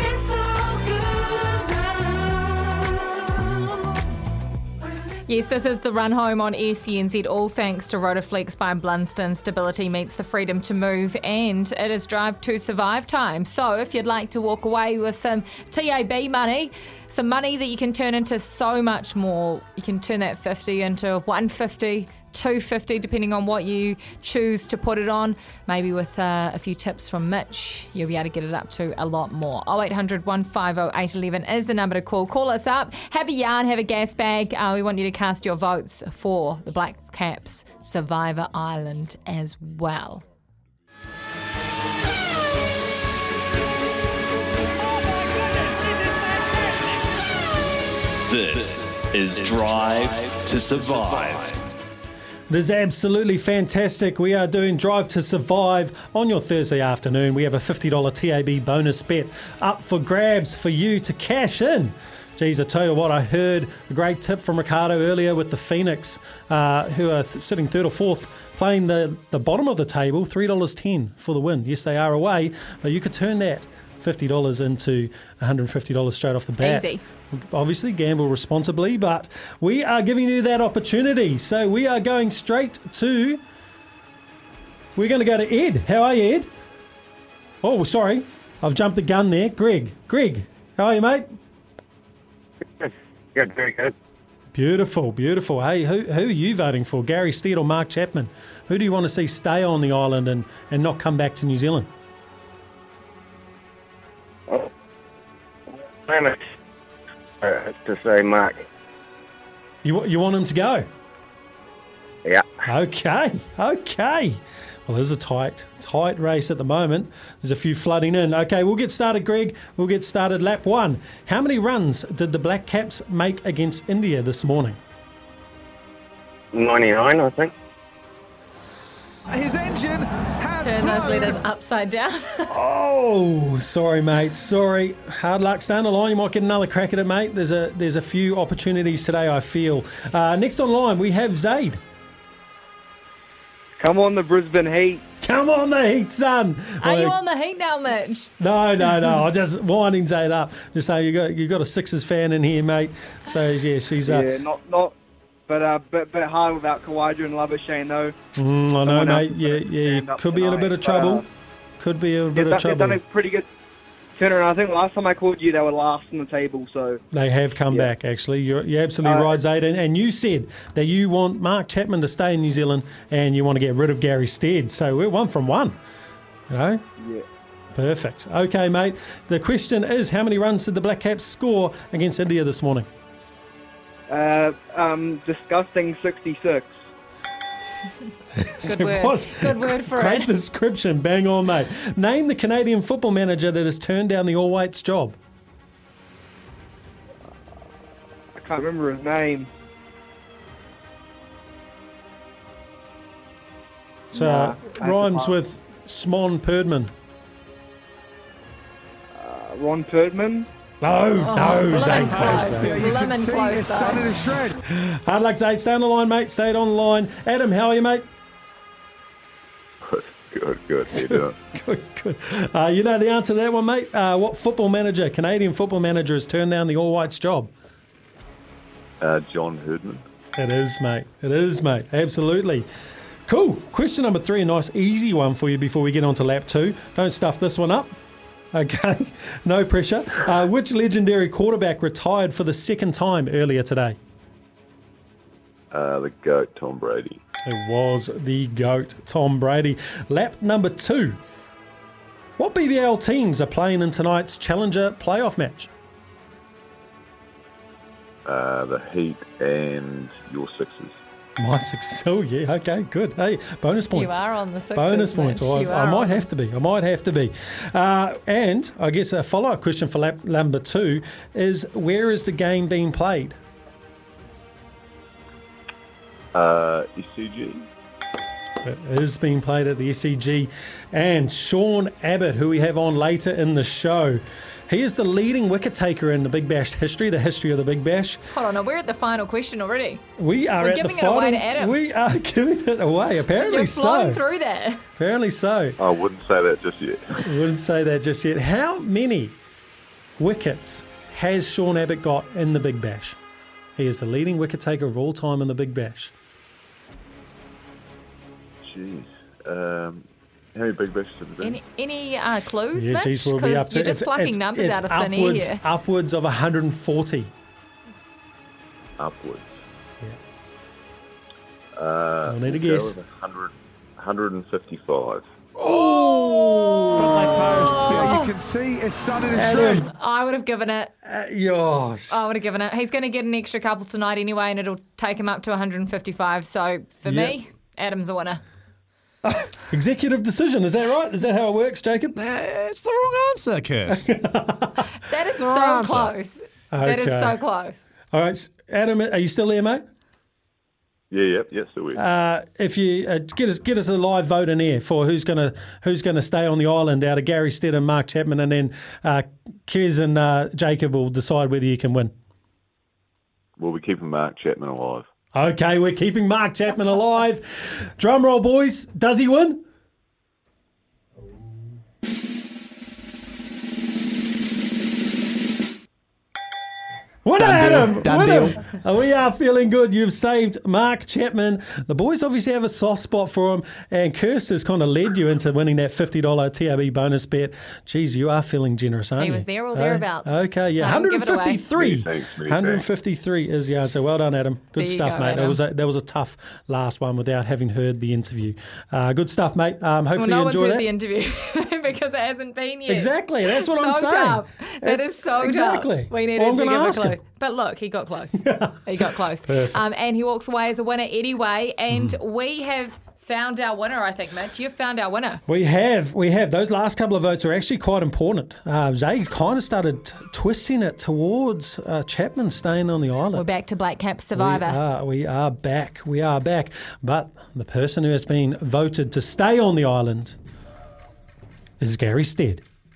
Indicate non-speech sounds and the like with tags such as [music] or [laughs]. It's all good now. Yes, this is the run home on SCNZ. All thanks to Rotaflex by Blunston. Stability meets the freedom to move, and it is drive to survive time. So, if you'd like to walk away with some TAB money, some money that you can turn into so much more, you can turn that 50 into 150, 250, depending on what you choose to put it on. Maybe with uh, a few tips from Mitch, you'll be able to get it up to a lot more. 0800 150 811 oh is the number to call. Call us up, have a yarn, have a gas bag. Uh, we want you to cast your votes for the Black Caps Survivor Island as well. This is Drive to Survive. It is absolutely fantastic. We are doing Drive to Survive on your Thursday afternoon. We have a $50 TAB bonus bet up for grabs for you to cash in. Geez, I tell you what, I heard a great tip from Ricardo earlier with the Phoenix, uh, who are th- sitting third or fourth, playing the, the bottom of the table, $3.10 for the win. Yes, they are away, but you could turn that $50 into $150 straight off the bat. Easy. Obviously, gamble responsibly, but we are giving you that opportunity. So we are going straight to. We're going to go to Ed. How are you, Ed? Oh, sorry. I've jumped the gun there. Greg. Greg, how are you, mate? Good, very good. Beautiful, beautiful. Hey, who, who are you voting for? Gary Stead or Mark Chapman? Who do you want to see stay on the island and, and not come back to New Zealand? Limit. Uh, to say, Mark. You, you want him to go? Yeah. Okay, okay. Well, there's a tight, tight race at the moment. There's a few flooding in. Okay, we'll get started, Greg. We'll get started. Lap one. How many runs did the Black Caps make against India this morning? 99, I think. His engine has Turn those blown. letters upside down. [laughs] Oh, sorry, mate. Sorry. Hard luck down the line. You might get another crack at it, mate. There's a there's a few opportunities today. I feel. Uh, next on line, we have Zaid. Come on, the Brisbane Heat. Come on, the heat, son. Are you Well, on the heat now, Mitch? No, no, no. [laughs] I just winding Zayd up. Just saying, you got you got a Sixers fan in here, mate. So yeah, she's. Uh, Yeah, not not, but uh, bit bit hard without Kawhi and Labuschagne though. mm, I know, someone else mate. is Yeah, gonna yeah. You stand up could be in a tonight, bit of but, trouble. uh, Could be in a bit They've of done, they've done trouble. a pretty good turnaround. I think last time I called you, they were last on the table. So They have come Yeah. back. Actually, you're, you're absolutely Uh, right, Zayd. And, and you said that you want Mark Chapman to stay in New Zealand, and you want to get rid of Gary Stead. So we're one from one. You know. Yeah. Perfect. Okay, mate. The question is, how many runs did the Black Caps score against India this morning? uh, um, disgusting 66. Good It word. was. Good word for Great [laughs] it. description. Bang on, mate. Name the Canadian football manager that has turned down the All Whites job. I can't remember his name. So Nah, it rhymes I- with Smon Perdman. Uh, Ron Perdman. No, no, bloody Zayd. close. Zayd, Yeah, Zayd. you Oh, Lemon can see close, it's though. starting to shred. Hard luck, Zayd. Stay on the line, mate. Stay on the line. Adam, how are you, mate? [laughs] Good, good, good. How you doing? Good, good. Uh, you know the answer to that one, mate. Uh, what football manager, Canadian football manager, has turned down the All Whites job? [laughs] Uh, John Herdman. It is, mate. It is, mate. Absolutely. Cool. Question number three, a nice easy one for you before we get on to lap two. Don't stuff this one up. Okay, [laughs] no pressure. Uh, which legendary quarterback retired for the second time earlier today? Uh, the GOAT, Tom Brady. It was the GOAT, Tom Brady. Lap number two. What BBL teams are playing in tonight's Challenger playoff match? [laughs] Uh, the Heat and your Sixers. Might excel, yeah. Okay, good. Hey, bonus points. are on the sixes, Bonus points. Mitch, Oh, you I, I are might on. have to be. I might have to be. Uh, and I guess a follow up question for lap number two is where is the game being played? Uh, ECG. It is being played at the SCG. And Sean Abbott, who we have on later in the show, he is the leading wicket taker in the Big Bash history, the history of the Big Bash. Hold on, now we're at the final question already. We are We're at giving the it away final. to Adam. We are [laughs] giving it away. Apparently You've flown so. through that. Apparently so. I wouldn't say that just yet. Wouldn't say that just yet. How many wickets has Sean Abbott got in the Big Bash? He is the leading wicket taker of all time in the Big Bash. [laughs] Jeez. Um, how many big bashes have we done? Any, any uh, clues, Yeah, Mitch? geez, we'll be up to you're it's- just plucking it's- numbers it's out of thin air upwards, here. Upwards of 140. Upwards. Uh, I'll need a Go guess. with 100, 155. From left home. You can see it's sun in his shoe. Adam, I would have given it. uh, yosh. I would have given it. He's going to get an extra couple tonight anyway, and it'll take him up to 155. So for Yeah. me, Adam's a winner. Executive decision, is that right? Is that how it works, Jacob? It's the wrong answer, Kirst. That is so Right answer. close. That is Okay. so close. All right, s- Adam, are you still there, mate? Yeah, yeah, yeah, so we. If you uh, get us get us a live vote in here for who's gonna who's gonna stay on the island out of Gary Stead and Mark Chapman, and then uh, Kez and uh, Jacob will decide whether you can win. We'll be keeping Mark Chapman alive. Okay, we're keeping Mark Chapman alive. Drum roll, boys. Does he win? Winner, Adam! Done Winner! We are feeling good. You've saved Mark Chapman. The boys obviously have a soft spot for him, and Kirst has kind of led you into winning that $50 TRB bonus bet. Geez, you are feeling generous, aren't He you? was there or Eh? thereabouts. okay, yeah. I didn't give it away. 153. Many thanks, many 153 is the answer. Well done, Adam. Good There you stuff, go, mate. It Adam. was a, that was a tough last one without having heard the interview. Uh, good stuff, mate. Well, Um, hopefully no you one's enjoy heard that. the interview [laughs] because it hasn't been yet. Exactly. That's what I'm so saying. dumb. That It's- is so exactly. dumb. We needed Well, I'm to gonna give ask a clue. him. But look, he got [laughs] close. he got close. Um, and he walks away as a winner anyway. And Mm. we have found our winner, I think, Mitch. You've found our winner. We have, we have. Those last couple of votes are actually quite important. Uh, Zay kind of started t- twisting it towards uh, Chapman staying on the We're island. back to Black Cap Survivor. We are, we are back. We are back. But the person who has been voted to stay on the island is Gary Stead.